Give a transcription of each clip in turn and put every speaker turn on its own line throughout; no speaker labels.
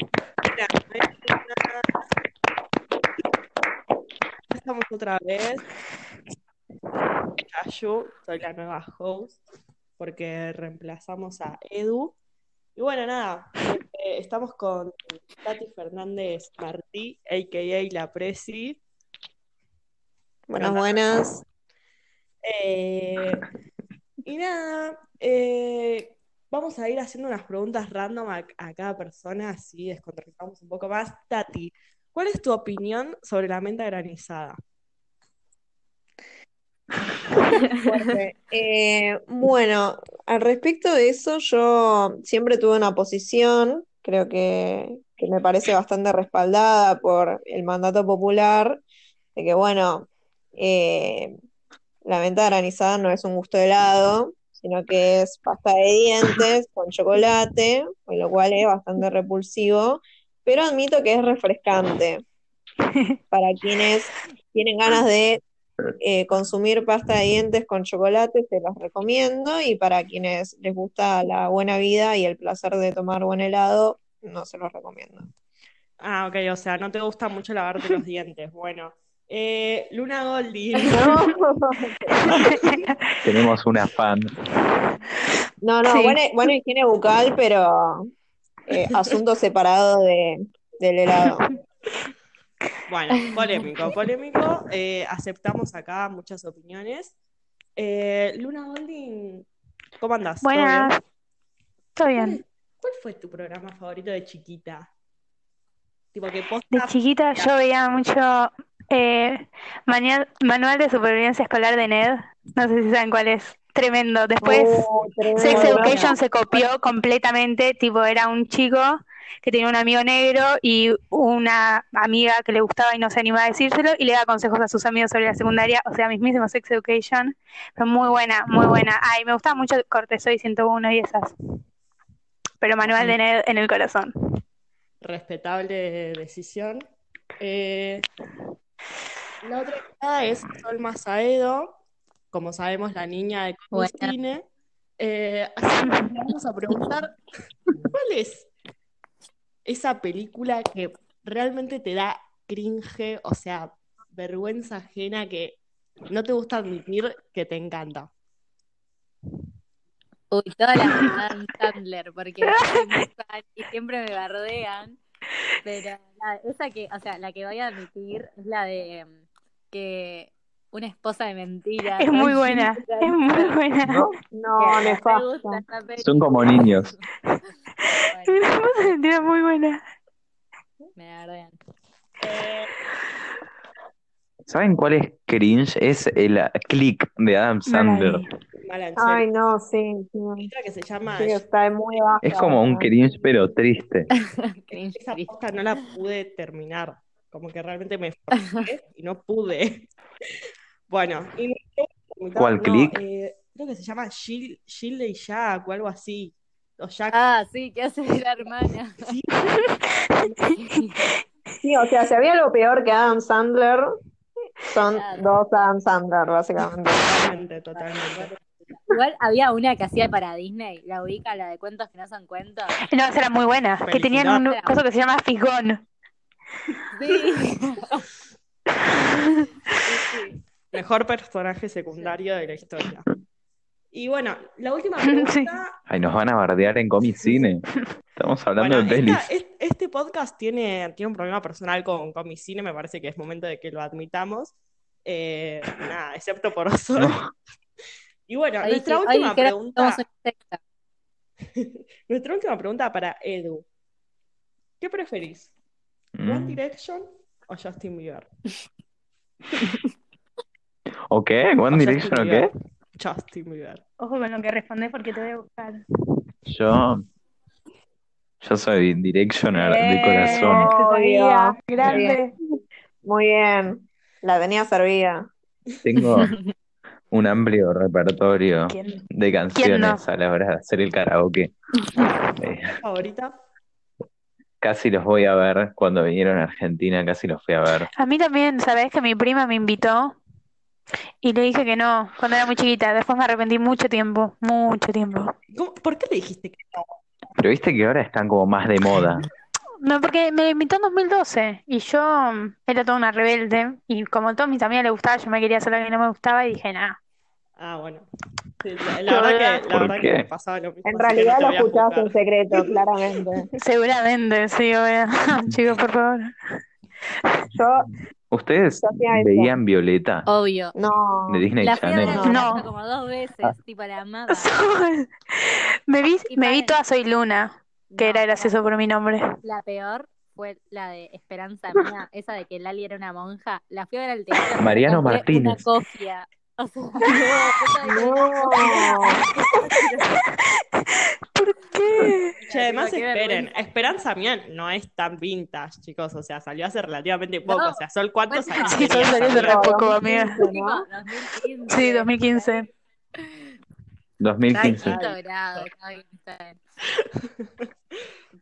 Mira, estamos otra vez. Cayu, soy la nueva host, porque reemplazamos a Edu. Y bueno, nada, eh, estamos con Tati Fernández Martí, a.k.a. La Presi.
Buenas, buenas.
Eh, y nada, eh, vamos a ir haciendo unas preguntas random a, a cada persona, así descontractamos un poco más. Tati, ¿cuál es tu opinión sobre la menta granizada?
Fuerte. Eh, bueno, al respecto de eso, yo siempre tuve una posición, creo que, que me parece bastante respaldada por el mandato popular, de que, bueno, eh, la menta granizada no es un gusto de helado, sino que es pasta de dientes con chocolate, con lo cual es bastante repulsivo, pero admito que es refrescante para quienes tienen ganas de eh, consumir pasta de dientes con chocolate, se los recomiendo. Y para quienes les gusta la buena vida y el placer de tomar buen helado, no se los recomiendo.
Ah, ok, o sea, no te gusta mucho lavarte los dientes. Bueno, Eh, Luna Goldin.
Tenemos una fan.
No, no,
Sí.
buena, buena higiene bucal, pero eh, asunto separado de, del helado.
Bueno, polémico, polémico. Eh, aceptamos acá muchas opiniones. Eh, Luna Goldin, ¿cómo andás? ¿Todo
Buenas.
bien?
¿Todo bien?
¿Cuál fue tu programa favorito de chiquita? Tipo que posta.
De chiquita yo veía mucho eh, manual, manual de supervivencia escolar de Ned. No sé si saben cuál es. Tremendo.
Pues,
Después
Oh, tremendo.
Sex
bueno.
Education se copió completamente. Tipo, era un chico que tenía un amigo negro y una amiga que le gustaba y no se animaba a decírselo y le daba consejos a sus amigos sobre la secundaria. O sea, mismísimo Sex Education. Pero muy buena, muy buena. Ay, me gustaba mucho Cortesoy 101 y esas. Pero
Mm.
manual de Ned en el corazón.
respetable decisión. Eh, la otra invitada es Sol Masaedo, como sabemos, la niña de
Buena.
Cine. Eh, así que le vamos a preguntar, ¿cuál es esa película que realmente te da cringe, o sea, vergüenza ajena que no te gusta admitir que te encanta?
Uy, todas las de Adam Sandler, porque soy muy fan y siempre me bardean. Pero la- esa que, o sea, la que voy a admitir es la de em, que una esposa de mentira.
Es muy buena, es muy buena.
¿no?
No,
Me
nefasto.
gusta esa peli.
Son como niños.
Bueno,
Una esposa de mentira muy buena.
me bardean.
¿Saben cuál es cringe? Es el ah, click de Adam Sandler.
Maravilla.
Malanchel.
Ay, no, sí. no.
Otra que se llama
Sí, está muy baja.
Es como un cringe, pero triste.
Cringe,
esa
cringe.
posta no la pude terminar. Como que realmente me esforcé y no pude. Bueno, y no-
¿Cuál
no,
click?
eh, creo que se llama Gil, Gilda y Jack o algo así. O Jack.
Ah, sí, que hace la hermana.
Sí.
Sí, o sea, si había algo peor que Adam Sandler, son
Claro.
dos Adam Sandler, básicamente.
Totalmente, totalmente.
Igual había una que hacía para Disney, la ubica, la de cuentos que no son cuentos.
No, esa era muy buena. Que tenían un
Peliculota.
coso que se llama fijón.
Sí.
Mejor personaje secundario de la historia. Y bueno, la última pregunta.
Sí.
Ay, nos van a bardear en Comic Cine. Estamos hablando
Bueno,
de pelis.
esta- es- este podcast tiene, tiene un problema personal con, con mi cine, me parece que es momento de que lo admitamos. Eh, nada, excepto por Sol.
No.
Y bueno,
Ahí
nuestra
sí, ahí
última
creo que
pregunta,
somos una secta.
nuestra última pregunta para Edu. ¿Qué preferís? ¿One
Mm.
Direction o Justin Bieber?
¿O qué? ¿One
O
Direction o
Justin
qué?
Bieber. Justin Bieber.
Ojo con lo que respondes porque te voy a buscar.
Yo. Yo soy Directioner de
Eh,
corazón.
se sabía. Grande.
Muy bien. La tenía servida.
Tengo un amplio repertorio
¿Quién?
de canciones a la hora de hacer el karaoke. Eh,
¿Favorita?
Casi los voy a ver cuando vinieron a Argentina, casi los fui a ver.
A mí también, ¿sabes? Que mi prima me invitó y le dije que no, cuando era muy chiquita. Después me arrepentí mucho tiempo, mucho tiempo.
¿Cómo- ¿Por qué le dijiste que no?
Pero viste que ahora están como más de moda.
No, porque me invitó en 2012 y yo mm, era toda una rebelde y como a todas mis amigas le gustaba, yo me quería hacer lo que no me gustaba y dije, nada.
Ah, bueno. Sí, La, la verdad que, la
¿Por
verdad que
qué?
me pasaba lo mismo.
En
así que no
realidad
te
lo
voy a
escuchabas en
juzgar.
secreto, claramente.
Seguramente, sí, obvio. Chicos, por favor.
Yo
¿Ustedes
Yo hacía eso.
veían Violeta
Obvio.
no.
de Ah. Disney
La fui a ver
Channel?
a
No.
la
No.
casa como dos veces, tipo la amaba.
Sol. Me vi,
Y
me vi
paren.
toda Soy Luna, que
No,
era gracioso por mi nombre.
La peor fue la de Esperanza Mía, esa de que Lali era una monja. La fui a ver al teatro.
Mariano
me compré Una
Martínez.
cofia. O sea, no, esa de que era una
No.
cofia.
¿Qué?
Che, además,
Qué
esperen,
vergüenza.
Esperanza Mian no es tan vintage, chicos. O sea, salió hace relativamente poco.
No.
O sea, Sol, ¿cuántos
Bueno.
años
Sí, Sol
tenías,
salió hace re
amiga?
poco, amiga.
Tipo,
¿no?
2015.
Sí, 2015.
2015.
Estaba en quinto grado, estaba en quinto grado.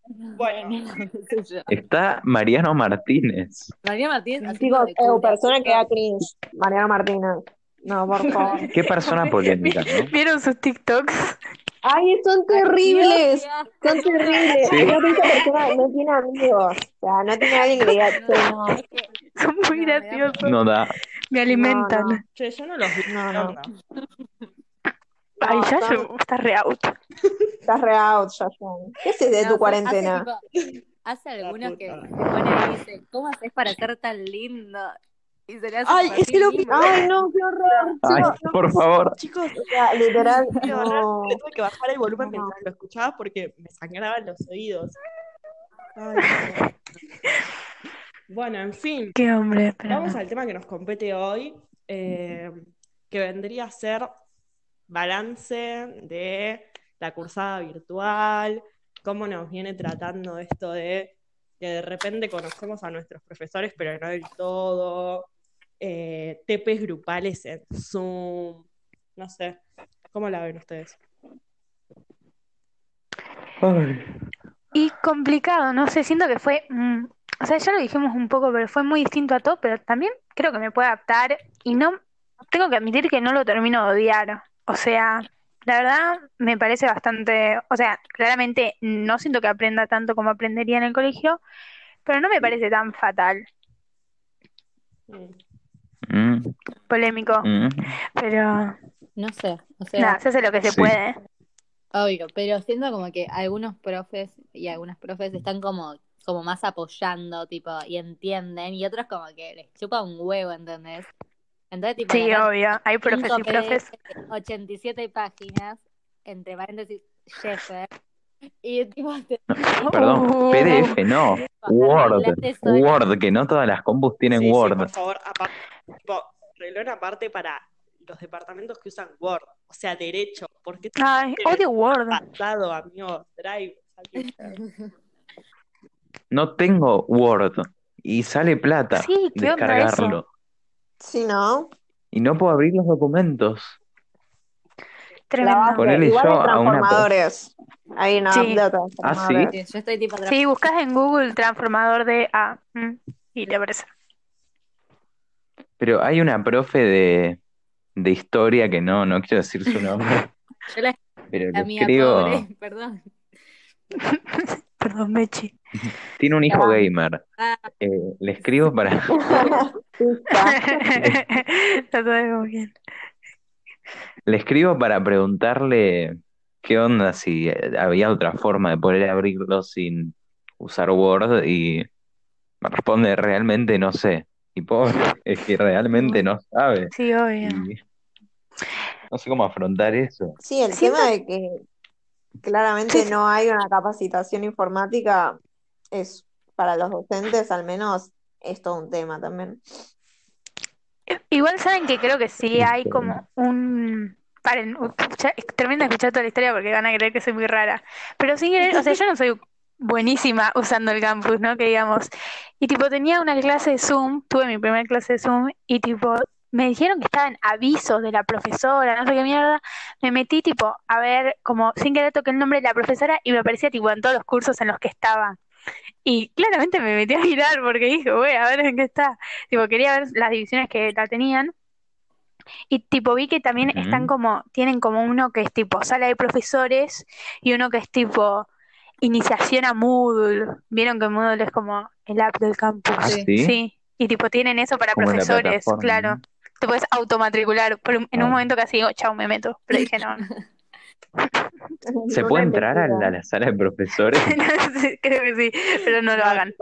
Bueno.
qué sé yo.
Está Mariano Martínez.
María Martínez haciendo
Chicos,
de
eu,
cura.
eh, persona que da cringe. Mariana Martínez. No, por favor.
Qué persona polémica, ¿no?
¿Vieron sus TikToks?
Ay, son terribles.
Dios, qué
Son
asco.
terribles.
Sí.
No, esa persona no tiene amigos. O sea, no tiene alguien que le diga, che, no,
No, es que-
Son
No,
muy
me da
graciosos.
No da.
Me alimentan.
no.
Che, yo no los vi.
No,
¿qué
no.
onda?
Ay,
No,
ya
son-
yo- está re out.
estás re out, ya son. ¿Qué haces de
No,
tu
pero
cuarentena?
Hace, tipo, hace
La
algunos que
puta.
se ponen ahí y dicen, ¿cómo haces para ser tan lindo? Y se le hace
Ay,
por
es
sí
que lo que-
mismo.
Ay, no, qué horror.
Ay,
No,
por favor.
Chicos,
o sea, literal,
quiero
no.
le tuve que bajar el volumen
No.
mientras lo escuchaba porque me sangraban los oídos. Ay, no. Bueno, en fin.
Qué hombre, pero
Vamos
no.
al tema que nos compete hoy, eh, que vendría a ser balance de la cursada virtual, cómo nos viene tratando esto de que de repente conocemos a nuestros profesores, pero no del todo, eh, TPs grupales en Zoom, no sé, ¿cómo la ven ustedes?
Ay.
Y complicado, no sé, siento que fue, mm, o sea, ya lo dijimos un poco, pero fue muy distinto a todo, pero también creo que me puede adaptar y no, tengo que admitir que no lo termino de odiar. O sea, la verdad me parece bastante, o sea, claramente no siento que aprenda tanto como aprendería en el colegio, pero no me parece tan fatal,
Mm.
Mm,
polémico,
mm.
pero
No sé, o sea,
nada, se hace lo que se
Sí.
puede.
obvio, pero siento como que algunos profes y algunas profes están como, como más apoyando, tipo, y entienden, y otros como que les chupa un huevo, ¿entendés? Entonces, tipo,
Sí,
la carta,
obvio, hay profes
cinco
y profes.
PDF, 87 páginas, entre paréntesis, Jeffer, y tipo, te
Perdón,
Uh.
PDF, no. Word.
arreglate sola.
Word, que no todas las compus tienen
Sí, sí,
Word.
por favor, aparte, tipo, reglón aparte para los departamentos que usan Word, o sea, derecho, ¿por qué
Ay, odio Word.
pasado, amigo, Drive, alguien.
No tengo Word. Y sale plata
Sí, ¿qué onda eso?
descargarlo.
Sí, ¿no?
Y no puedo abrir los documentos.
La
Tremendo.
base.
Ponele
Igual
yo
hay
a una
transformadores. Hay una app
Sí.
de
Ah, ¿sí?
transformadores.
Sí, yo estoy tipo tra-
Sí, buscas en Google transformador de A mm, y te aparece.
Pero hay una profe de, de historia que no, no quiero decir su nombre,
yo la,
pero
la
le
mía
escribo.
pobre, perdón.
Perdón, Mechi.
Tiene un hijo gamer.
Ah.
Eh, le escribo para.
Pista.
Está todo muy bien.
Le escribo para preguntarle qué onda, si eh, había otra forma de poder abrirlo sin usar Word y me responde realmente no sé. Y pobre, es que realmente no sabe.
Sí, obvio.
Y no sé cómo afrontar eso.
Sí, el
Siento-
tema de que claramente
Sí.
no hay una capacitación informática es para los docentes, al menos, es todo un tema también.
Igual saben que creo que sí hay como un... Paren, escucha- termino de escuchar toda la historia porque van a creer que soy muy rara. Pero sin querer, o sea, yo no soy buenísima usando el campus, ¿no? Que digamos. Y tipo, tenía una clase de Zoom, tuve mi primera clase de Zoom y tipo, me dijeron que estaban avisos de la profesora, no sé qué mierda. Me metí tipo a ver, como sin querer toqué el nombre de la profesora y me aparecía tipo en todos los cursos en los que estaba. Y claramente me metí a mirar porque dije, güey, a ver en qué está. Tipo, quería ver las divisiones que la tenían. Y tipo, vi que también
Ujú.
están como, tienen como uno que es tipo sala de profesores y uno que es tipo iniciación a Moodle. Vieron que Moodle es como el app del campus.
¿Ah,
Sí.
sí?
Y tipo, tienen eso para
Como la
profesores,
plataforma,
claro.
¿no?
Te puedes automatricular. Por un- en un
Ah.
momento casi digo, chau, me meto. Pero dije, no. no.
¿Se
Una
puede entrar a la,
locura.
a la sala de profesores?
Sí, Creo que sí, pero no
Ah.
lo hagan.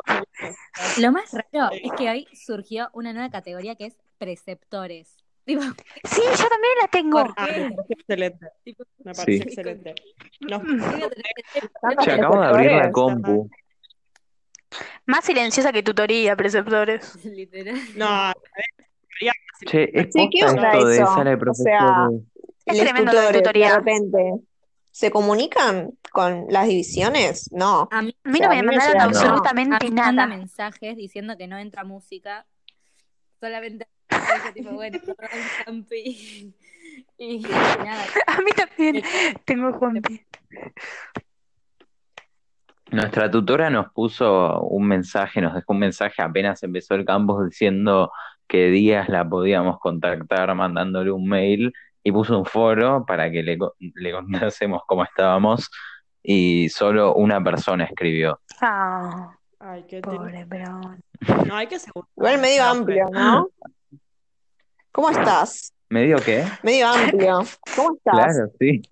Lo más raro es que hoy surgió una nueva categoría que es preceptores. Tipo,
Sí, yo también la tengo.
¿por qué?
ah, Excelente.
Tipo,
Me parece
Sí.
excelente. Nos
¿por qué voy a tener preceptores?
Tanto
Che, acabo de abrir la
profesores.
compu.
Más silenciosa que tutoría, preceptores.
Literal.
No,
Che, es
Sí, ¿qué
posta
onda
esto de
eso?
sala de
O sea,
profesores.
Es
Les
tremendo lo de
tutores,
tutoría.
de repente, ¿se comunican con las divisiones? No.
A mí
A mí
O sea,
no
a
me
mí me
mandaron
llega-
no.
a
absolutamente
mí me manda
nada.
mensajes diciendo que no entra música. Solamente dije, tipo, bueno, perdón, Campi. Y nada,
A mí también. Tengo Juanpi.
Nuestra tutora nos puso un mensaje, nos dejó un mensaje apenas empezó el campus diciendo que días la podíamos contactar mandándole un mail y puso un foro para que le, co- le contásemos cómo estábamos y solo una persona escribió.
Ah,
ay, qué triste.
pobre Brown.
No, hay que asegurar.
Igual medio
Ah,
amplio, ¿no? ¿Cómo estás?
¿Medio qué?
Medio amplio. ¿Cómo estás?
Claro, sí.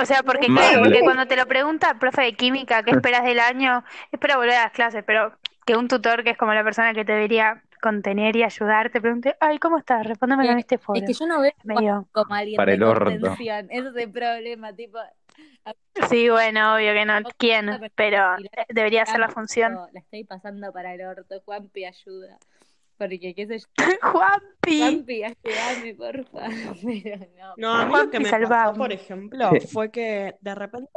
O sea, porque
Mal.
claro, porque cuando te lo pregunta, profe de química, ¿qué esperas del año? Espero volver a las clases, pero que un tutor, que es como la persona que te debería contener y ayudar, te pregunte, ay, ¿cómo estás? Respóndeme en
Eh,
este foro.
es que yo no veo
Medio.
como alguien
Para
de
el orto.
contención. Ese es el problema, tipo,
Sí, bueno, obvio que no. ¿Quién? Pero eh, debería ser la función.
tipo, la estoy pasando para el orto. Juanpi, ayuda. Porque, qué sé yo,
Juanpi.
Juanpi, ayúdame, porfa. Pero no.
No, a mí
Juan
lo que
te
me
salvaba.
pasó, por ejemplo, fue que de repente,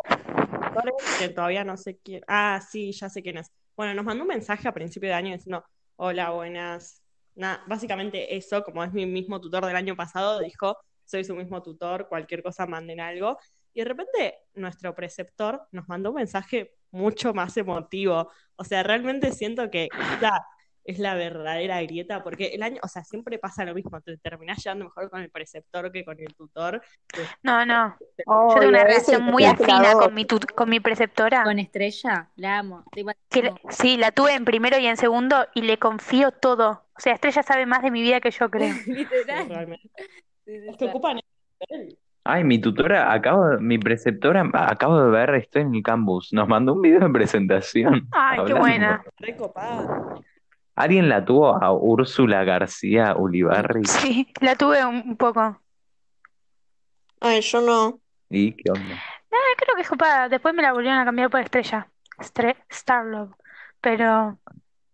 que todavía no sé quién, ah, sí, ya sé quién es. Bueno, nos mandó un mensaje a principio de año diciendo, hola, buenas. Nada, básicamente eso, como es mi mismo tutor del año pasado, dijo, soy su mismo tutor, cualquier cosa manden algo. Y de repente nuestro preceptor nos mandó un mensaje mucho más emotivo. O sea, realmente siento que esa es la verdadera grieta, porque el año, o sea, siempre pasa lo mismo, te terminás llevando mejor con el preceptor que con el tutor.
No, no. Yo
Obvio,
tengo una
es el
relación muy afina
presentador.
con mi tut- con mi preceptora.
Con Estrella, la amo. Tipo, la
Que
amo.
le- sí, la tuve en primero y en segundo y le confío todo. O sea, Estrella sabe más de mi vida que yo creo.
Literal.
Realmente.
Sí, sí,
Es que
sí.
ocupan el papel.
Ay, mi tutora, acabo, mi preceptora, ah, acabo de ver, estoy en el campus, nos mandó un video de presentación.
Ay, qué
hablando.
buena.
Re copada.
¿Alguien la tuvo a Úrsula García Ulibarri?
Sí, la tuve un, un poco.
Ay, yo no.
¿Y qué onda?
Eh, creo que es copada. Después me la volvieron a cambiar por Estrella. Stre Starlove. Pero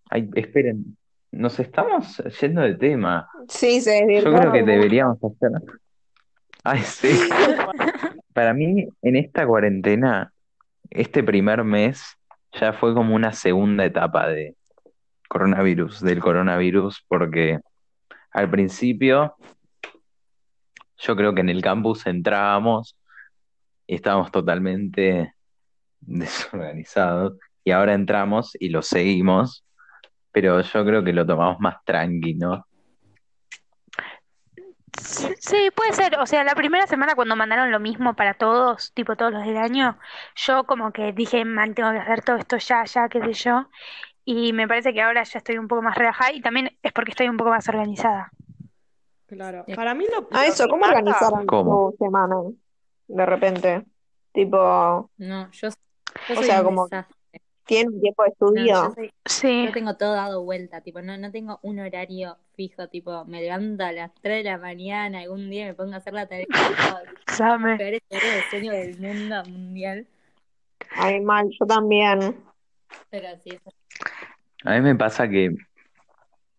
Ay, esperen, nos estamos yendo de tema.
Sí, se
Yo
desvirtuó.
creo que deberíamos hacer. Ay, sí. Para mí, en esta cuarentena, este primer mes ya fue como una segunda etapa de coronavirus, del coronavirus, porque al principio yo creo que en el campus entrábamos y estábamos totalmente desorganizados y ahora entramos y lo seguimos, pero yo creo que lo tomamos más tranqui, ¿no?
s- sí, puede ser. O sea, la primera semana cuando mandaron lo mismo para todos, tipo todos los del año, yo como que dije, man, tengo que hacer todo esto ya, ya, qué sé yo. Y me parece que ahora ya estoy un poco más relajada y también es porque estoy un poco más organizada.
Claro. Para mí lo
Ah, eso,
lo que
¿cómo
pasa-
organizaron
¿Cómo?
tu semana? De repente. Tipo,
No, yo, yo
O
soy
sea,
un
como-
desastre.
¿tienen un tiempo de
No,
estudio?
yo, soy-
Sí.
yo tengo todo dado vuelta, tipo, no, no tengo un horario fijo, tipo, me levanto a las 3 de la mañana, algún día me pongo a hacer la tarea, tipo,
Examen.
peores horas de sueño del mundo mundial,
Ay, mal, yo también.
pero así es.
A mí me pasa que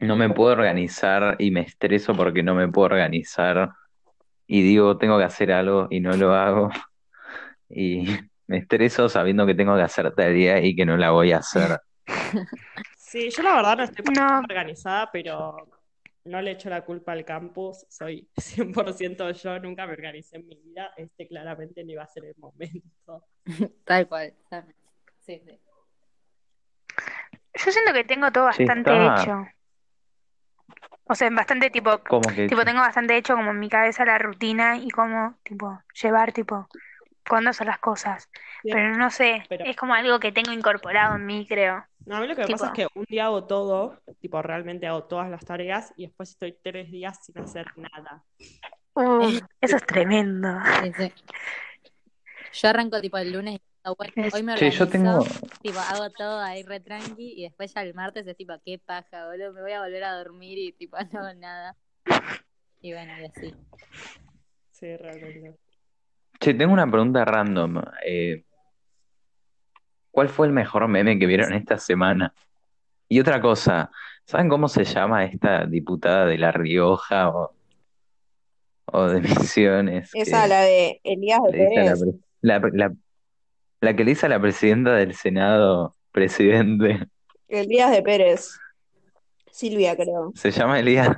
no me puedo organizar y me estreso porque no me puedo organizar y digo, tengo que hacer algo y no lo hago y me estreso sabiendo que tengo que hacer tarea y que no la voy a hacer.
Sí, yo la verdad no estoy
No.
organizada, pero no le echo la culpa al campus. Soy 100% yo, nunca me organicé en mi vida. Este claramente no iba a ser el momento.
Tal cual. tal- Sí, sí.
Yo siento que tengo todo
Sí,
bastante
está.
hecho. O sea, en bastante tipo,
Como que
tipo tengo bastante hecho como en mi cabeza la rutina y cómo tipo llevar tipo cuándo son las cosas.
Bien.
Pero no sé,
Pero-
es como algo que tengo incorporado en mí, creo.
No, a mí lo que me
Tipo-
pasa es que un día hago todo, tipo realmente hago todas las tareas y después estoy tres días sin hacer nada.
Eso es tremendo.
Sí, sí. Yo arranco tipo el lunes y digo, bueno,
Es-
hoy me
Che, yo
organizo,
tengo.
tipo, hago todo ahí re tranqui y después ya el martes es tipo, qué paja, boludo, me voy a volver a dormir y tipo, no hago nada. Y bueno, y así.
Sí, realmente.
Che, tengo una pregunta random. eh, ¿cuál fue el mejor meme que vieron esta semana? Y otra cosa, ¿saben cómo se llama esta diputada de La Rioja o, o de Misiones?
Esa,
que
la de Elías de
le dice a la
Pérez.
pre- la, la- la que le dice a la presidenta del Senado, presidente,
Elías de Pérez. Silvia, creo.
se llama Elías.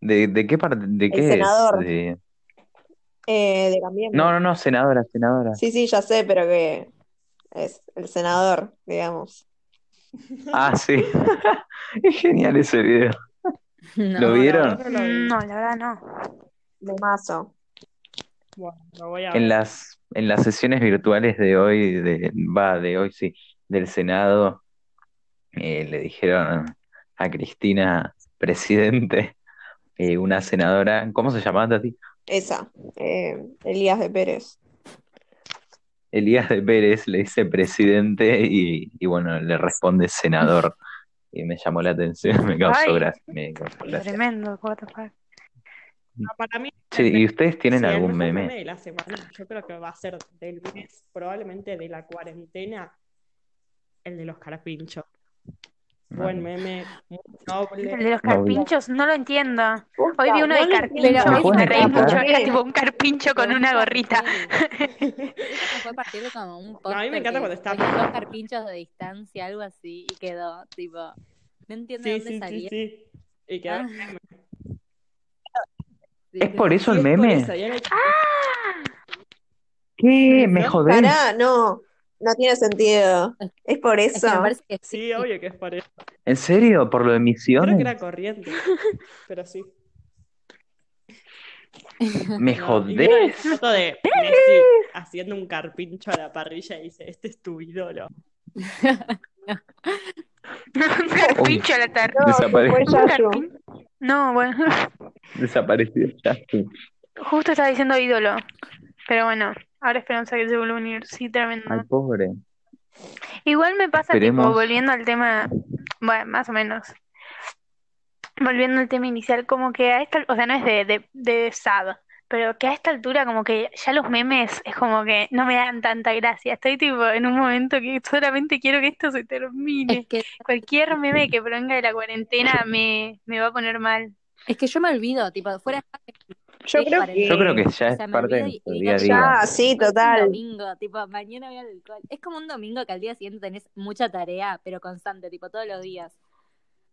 ¿De, de qué parte? ¿De qué es?
senador.
De-
Eh, de Cambiemos.
No, no, no, senadora, senadora.
Sí, sí, ya sé, pero que es el senador, digamos.
Ah, sí. Es genial ese video. ¿Lo
No,
vieron?
No, la verdad no lo vi.
Mm, No, la verdad no.
De mazo.
Bueno, lo voy a ver.
En las, en las sesiones virtuales de hoy, de, va, de hoy sí, del Senado, eh, le dijeron a Cristina, presidente, eh, una senadora, ¿cómo se llamaba, Tati?
Esa. eh, Elías de Pérez.
Elías de Pérez le dice presidente y, y bueno, le responde senador. Y me llamó la atención, me causó
Ay.
gracia. me causó gracia.
Tremendo, what the fuck.
No, para mí,
Che, ¿y ustedes tienen
sí, el
algún
mejor
meme?
de la semana, yo creo que va a ser del mes, probablemente de la cuarentena, el de los carpinchos. Buen meme, muy
El
noble.
de los
No vi.
carpinchos, no lo entiendo. Hoy vi
Posta,
uno
no
de
lo
carpincho
entiendo.
Pero-
y me reí
¿Me pueden
mucho.
explicar?
Era tipo un carpincho con una gorrita.
Eso fue a partir de como un
a mí me
póster
encanta
que
cuando está-
tenía dos carpinchos de distancia, algo así, y quedó, tipo, no entiendo
Sí,
de dónde
sí, sí,
salía.
sí. Y quedó
Ah,
meme.
sí,
¿Es
sí.
por eso el
Sí, es por
meme?
eso, y era-
¿Qué? ¿Me
No,
jodés?
Pará, no. No tiene sentido. Es por
Es que me
eso.
parece que sí.
Sí, obvio que es por eso.
¿En serio? ¿Por lo de
Creo que
Misiones?
era corriente, pero sí. No,
¿Me
y
jodés?
mira, hay una foto de Messi haciendo un carpincho a la parrilla y dice, este es tu ídolo.
Un carpincho a la tarde.
No, se fue
Desapareció.
Un
Yayo.
carpin- No, bueno.
Desapareció ya.
Justo estaba diciendo ídolo. Pero bueno, ahora esperanza que se vuelva a unir. Sí, tremendo.
Ah,
Ay, pobre.
Igual me pasa,
Esperemos.
tipo, volviendo al tema, bueno, más o menos, volviendo al tema inicial, como que a esta, o sea, no es de, de, de sad, pero que a esta altura como que ya los memes es como que no me dan tanta gracia. Estoy tipo en un momento que solamente quiero que esto se
Es
termine.
que,
Cualquier meme que provenga de la cuarentena me, me va a poner mal.
es que yo me olvido, tipo, fuera de joda,
Yo
Sí,
creo
para
que
Yo creo que
o
ya es
sea, me
parte de
olvido y-
nuestro
y
día a
digo,
día.
ya, Ah, sí,
Es un
total.
domingo, tipo, mañana voy al alcohol. Es como un domingo que al día siguiente tenés mucha tarea, pero constante, tipo, todos los días.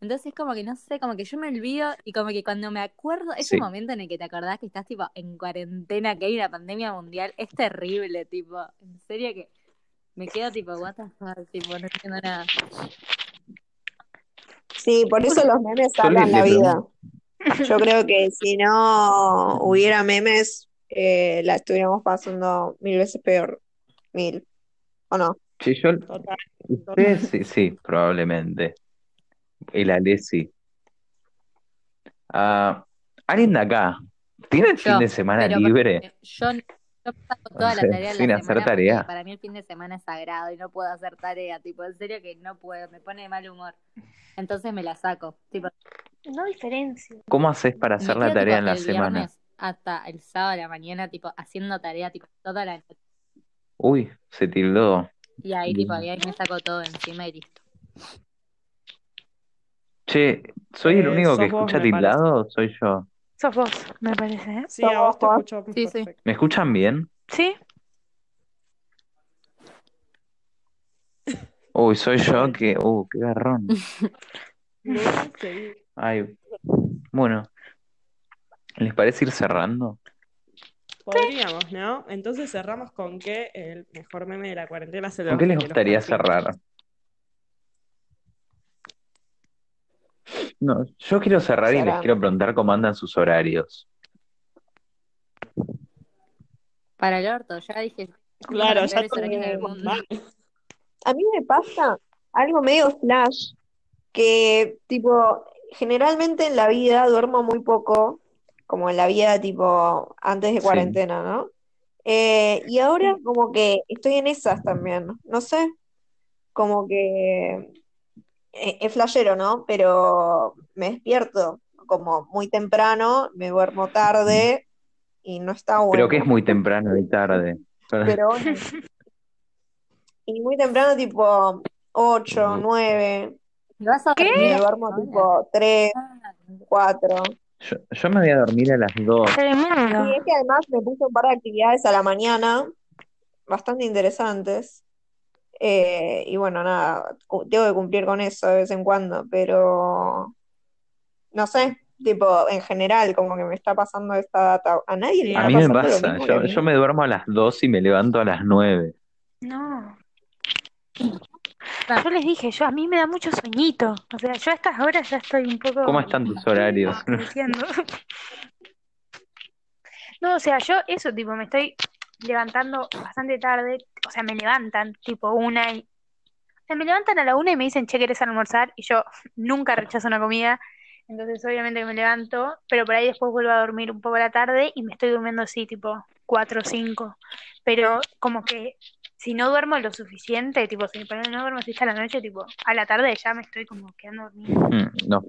Entonces es como que, no sé, como que yo me olvido y como que cuando me acuerdo, ese
Sí.
momento en el que te acordás que estás, tipo, en cuarentena, que hay una pandemia mundial, es terrible, tipo, en serio que me quedo, tipo, what the fuck, tipo, no entiendo nada.
Sí, por eso los memes
Yo le-
salvan
le
la vida.
pregunto.
Yo creo que si no hubiera memes, eh, la estuviéramos pasando mil veces peor. Mil. ¿O no?
Che, yo,
Total.
ustedes sí, sí, probablemente. El Ale sí. Ah, alguien de acá, ¿tiene el fin
Yo,
de semana
Pero
libre?
porque Yo, yo paso toda la
sea,
tarea de
sin
la
hacer
semana
tarea.
porque para mí el fin de semana es sagrado y no puedo hacer tarea, tipo, en serio que no puedo, me pone de mal humor. Entonces me la saco, tipo,
No diferencia.
¿Cómo haces para
me
hacer la
quedo,
tarea
tipo,
en la
el
semana?
viernes hasta el sábado a la mañana, tipo, haciendo tarea, tipo, toda la noche.
Uy, se tildó.
Y ahí,
Bien.
tipo, y ahí me saco todo encima y listo.
Che, ¿soy el
Eh,
único que
sos vos,
escucha
me parece.
tildado o soy yo?
Sos vos, me parece, ¿eh?
Sí, a vos te escucho
Sí, sí.
perfecto.
¿Me escuchan bien?
¿Sí?
Uy, soy yo que. Uh, qué garrón.
No, sí.
Ay, bueno. ¿Les parece ir cerrando?
Podríamos, ¿no? Entonces cerramos con que el mejor meme de la cuarentena se lo
¿Con qué les
de los
gustaría
carpinchos.
cerrar? No, yo quiero cerrar y les
Cerramos.
quiero preguntar cómo andan sus horarios.
Para el orto, ya dije.
Claro,
Los
ya
peores horarios del
con-
mundo.
A mí me pasa algo medio flash, que tipo, generalmente en la vida duermo muy poco, como en la vida tipo antes de
Sí.
cuarentena, ¿no? Eh, y ahora como que estoy en esas también, no sé, como que eh, es flashero, ¿no? Pero me despierto como muy temprano, me duermo tarde y no está
Pero
bueno.
que es muy temprano y tarde.
Pero bueno. Y muy temprano, tipo 8, 9.
¿Te vas a
¿Qué?
dormir Ah,
Me
ahora?
duermo tipo 3, 4.
Yo, yo me voy a dormir a las 2.
Tremendo.
Y es que además me puse un par de actividades a la mañana, bastante interesantes. Eh, y bueno, nada, cu- tengo que cumplir con eso de vez en cuando, pero no sé, tipo, en general, como que me está pasando esta data. A nadie le
Sí,
A
está
mí me
pasando lo
pasa.
mismo ¿eh? que a
Yo,
mí.
yo me duermo a las 2 y me levanto a las 9.
No. Yo les dije, yo a mí me da mucho sueñito. O sea, yo a estas horas ya estoy un poco
¿Cómo están tus horarios?
diciendo. No, o sea, yo eso, tipo, me estoy levantando bastante tarde. O sea, me levantan, tipo, una y... O sea, me levantan a la una y me dicen, che, ¿querés almorzar? Y yo nunca rechazo una comida. Entonces, obviamente que me levanto, pero por ahí después vuelvo a dormir un poco a la tarde y me estoy durmiendo así, tipo, cuatro o cinco. Pero como que si no duermo lo suficiente, tipo, si por ahí no duermo así hasta la noche, tipo, a la tarde ya me estoy como quedando dormida.
Mm, No.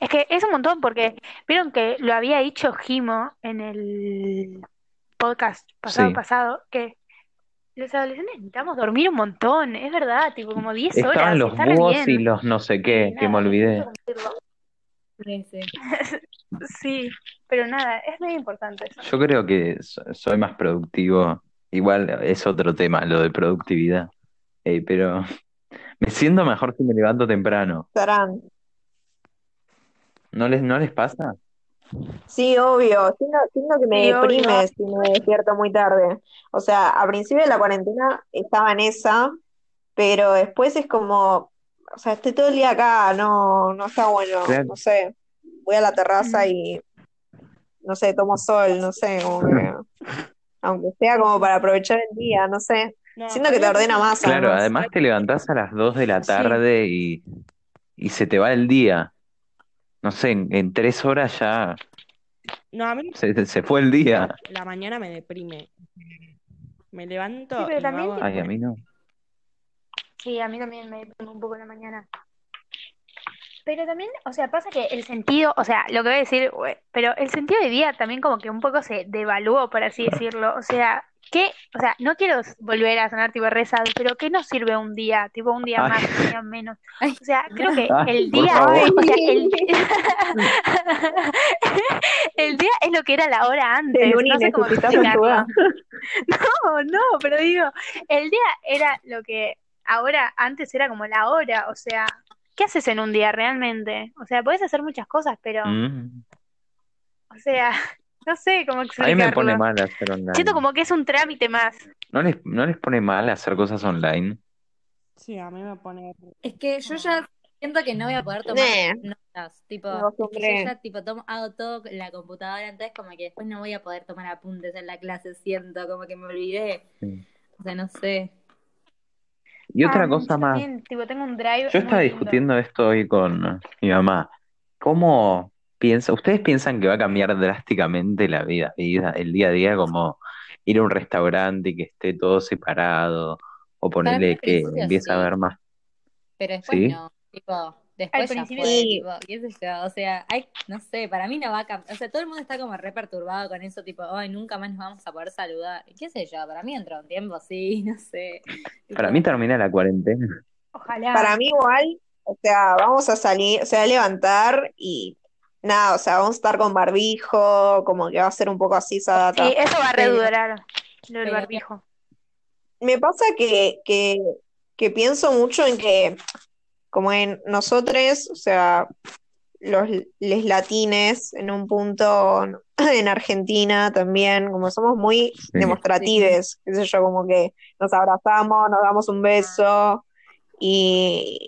Es que es un montón porque vieron que lo había dicho Jimo en el podcast pasado
Sí.
pasado que los adolescentes necesitamos dormir un montón, es verdad, tipo como 10 horas,
Estaban los
está re
búhos
bien.
y los no sé qué, que me olvidé.
Trece.
Sí, pero nada, es muy importante eso.
Yo creo que so- soy más productivo. Igual es otro tema, lo de productividad. Eh, pero me siento mejor si me levanto temprano.
Estarán.
¿No les, no les pasa?
Sí, obvio. Siento, siento que me
Sí, obvio.
deprime si me despierto muy tarde. O sea, a principio de la cuarentena estaba en esa, pero después es como, o sea, estoy todo el día acá, no, no está bueno,
Claro.
no sé. Voy a la terraza
Ujú.
y, no sé, tomo sol, no sé, como que, aunque sea como para aprovechar el día, no sé.
No,
Siento que te
a mí me
ordena
pasa-
más,
Claro,
además.
además te levantás a las 2 de la
Sí.
tarde y, y se te va el día. No sé, en, en tres horas ya
No, a mí
se, se fue el día.
la mañana me deprime. Me levanto
Sí, pero
y no
también
hago-
Ay, a mí no.
Sí, a mí también me pongo un poco en la mañana. Pero también, o sea, pasa que el sentido, o sea, lo que voy a decir, we- pero el sentido de vida también como que un poco se devaluó, por así decirlo. O sea, que, o sea, no quiero s- volver a sonar tipo rezado, pero que no sirve un día, tipo un día
Ay.
más, un día menos.
Ay.
O sea, creo que
Ay,
el
por
día,
favor.
o sea, el, el día es lo que era la hora antes,
Luni,
no sé cómo
necesitas
explicarlo.
ayuda.
No, no, pero digo, el día era lo que ahora, antes era como la hora, o sea, ¿qué haces en un día realmente? O sea, podés hacer muchas cosas, pero,
Mm.
o sea, no sé cómo
A mí me pone
explicarlo.
mal hacer online.
Siento como que es un trámite más.
¿No les, no les pone mal hacer cosas online?
Sí, a mí me pone.
Es que yo ya siento que no voy a poder tomar
Nah.
notas. Tipo,
Me acostumbré.
yo ya tipo tomo, hago todo en la computadora, entonces como que después no voy a poder tomar apuntes en la clase, siento, como que me olvidé.
Sí.
O sea, no sé.
Y otra
Ah,
cosa
yo
más.
también, tipo, tengo un drive
Yo
muy
estaba
lindo.
discutiendo esto hoy con mi mamá. ¿Cómo piensa? ¿Ustedes piensan que va a cambiar drásticamente la vida, vida, el día a día, como ir a un restaurante y que esté todo separado, o
Para mí
ponerle
al
que
principio
empieza a
sí.
haber más?
Pero después
¿Sí?
no, tipo, después ya
principio
fue,
sí.
tipo, qué sé yo, o sea, hay, no sé, para mí no va a cambiar, o sea, todo el mundo está como re perturbado con eso, tipo, ay, nunca más nos vamos a poder saludar, qué sé yo, para mí dentro de un tiempo sí, no sé.
Para
Tipo,
mí termina la cuarentena.
Ojalá.
Para mí igual, o sea, vamos a salir, o sea, a levantar y nada, o sea, vamos a estar con barbijo, como que va a ser un poco así esa data.
Sí, eso va a
Pero-
redurar lo del
pero-
barbijo.
Me pasa que, que, que pienso mucho en que, como en nosotros, o sea, los les latines, en un punto, en Argentina también, como somos muy demostratives, qué sé yo, como que nos abrazamos, nos damos un beso y,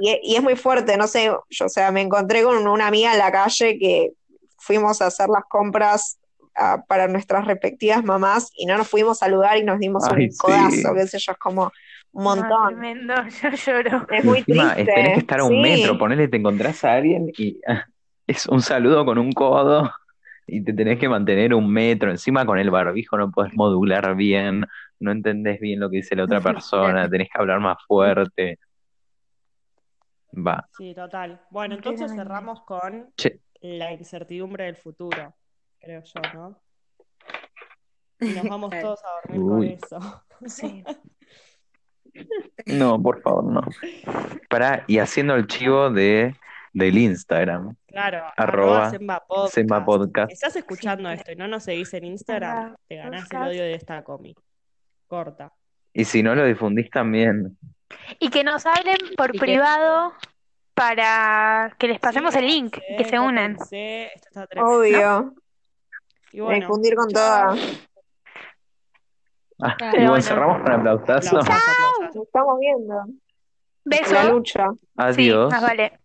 y- y es muy fuerte, no sé, yo, o sea, me encontré con una amiga en la calle que fuimos a hacer las compras a- para nuestras respectivas mamás y no nos pudimos saludar y nos dimos un
Ay, sí.
codazo, qué sé yo, es como un
Ah,
No,
montón.
Ah, tremendo, yo lloro.
Es muy
Encima, eh,
triste.
tenés que estar a un
Sí.
metro, ponele, te encontrás a alguien y ah, es un saludo con un codo y te tenés que mantener un metro. Encima con el barbijo no podés modular bien, no entendés bien lo que dice la otra persona, tenés que hablar más fuerte. Va.
Sí, total. Bueno, entonces
Completamente.
cerramos con
Che.
la incertidumbre del futuro, creo yo, ¿no? Y nos vamos
Claro.
todos a dormir con
Uy.
eso.
Sí.
No, por favor, no. Pará, y haciendo el chivo de, del Instagram,
Claro,
Arroba
arroba Semba Podcast.
Sema Podcast.
Estás escuchando esto y no nos seguís en Instagram,
Arroba
te ganás el
podcast.
odio de esta comi. Corta.
Y si no lo difundís también,
Y que nos hablen por
Y que-
privado para que les pasemos el link,
Sí,
que se unan.
cópense, Esto está tremendo.
Obvio,
Y bueno,
confundir con toda.
Ah,
Claro.
y
Pero
bueno,
bueno.
cerramos con aplausazo.
aplausos, aplausos.
Nos estamos viendo.
Besos.
La lucha.
Sí,
Adiós.
más vale.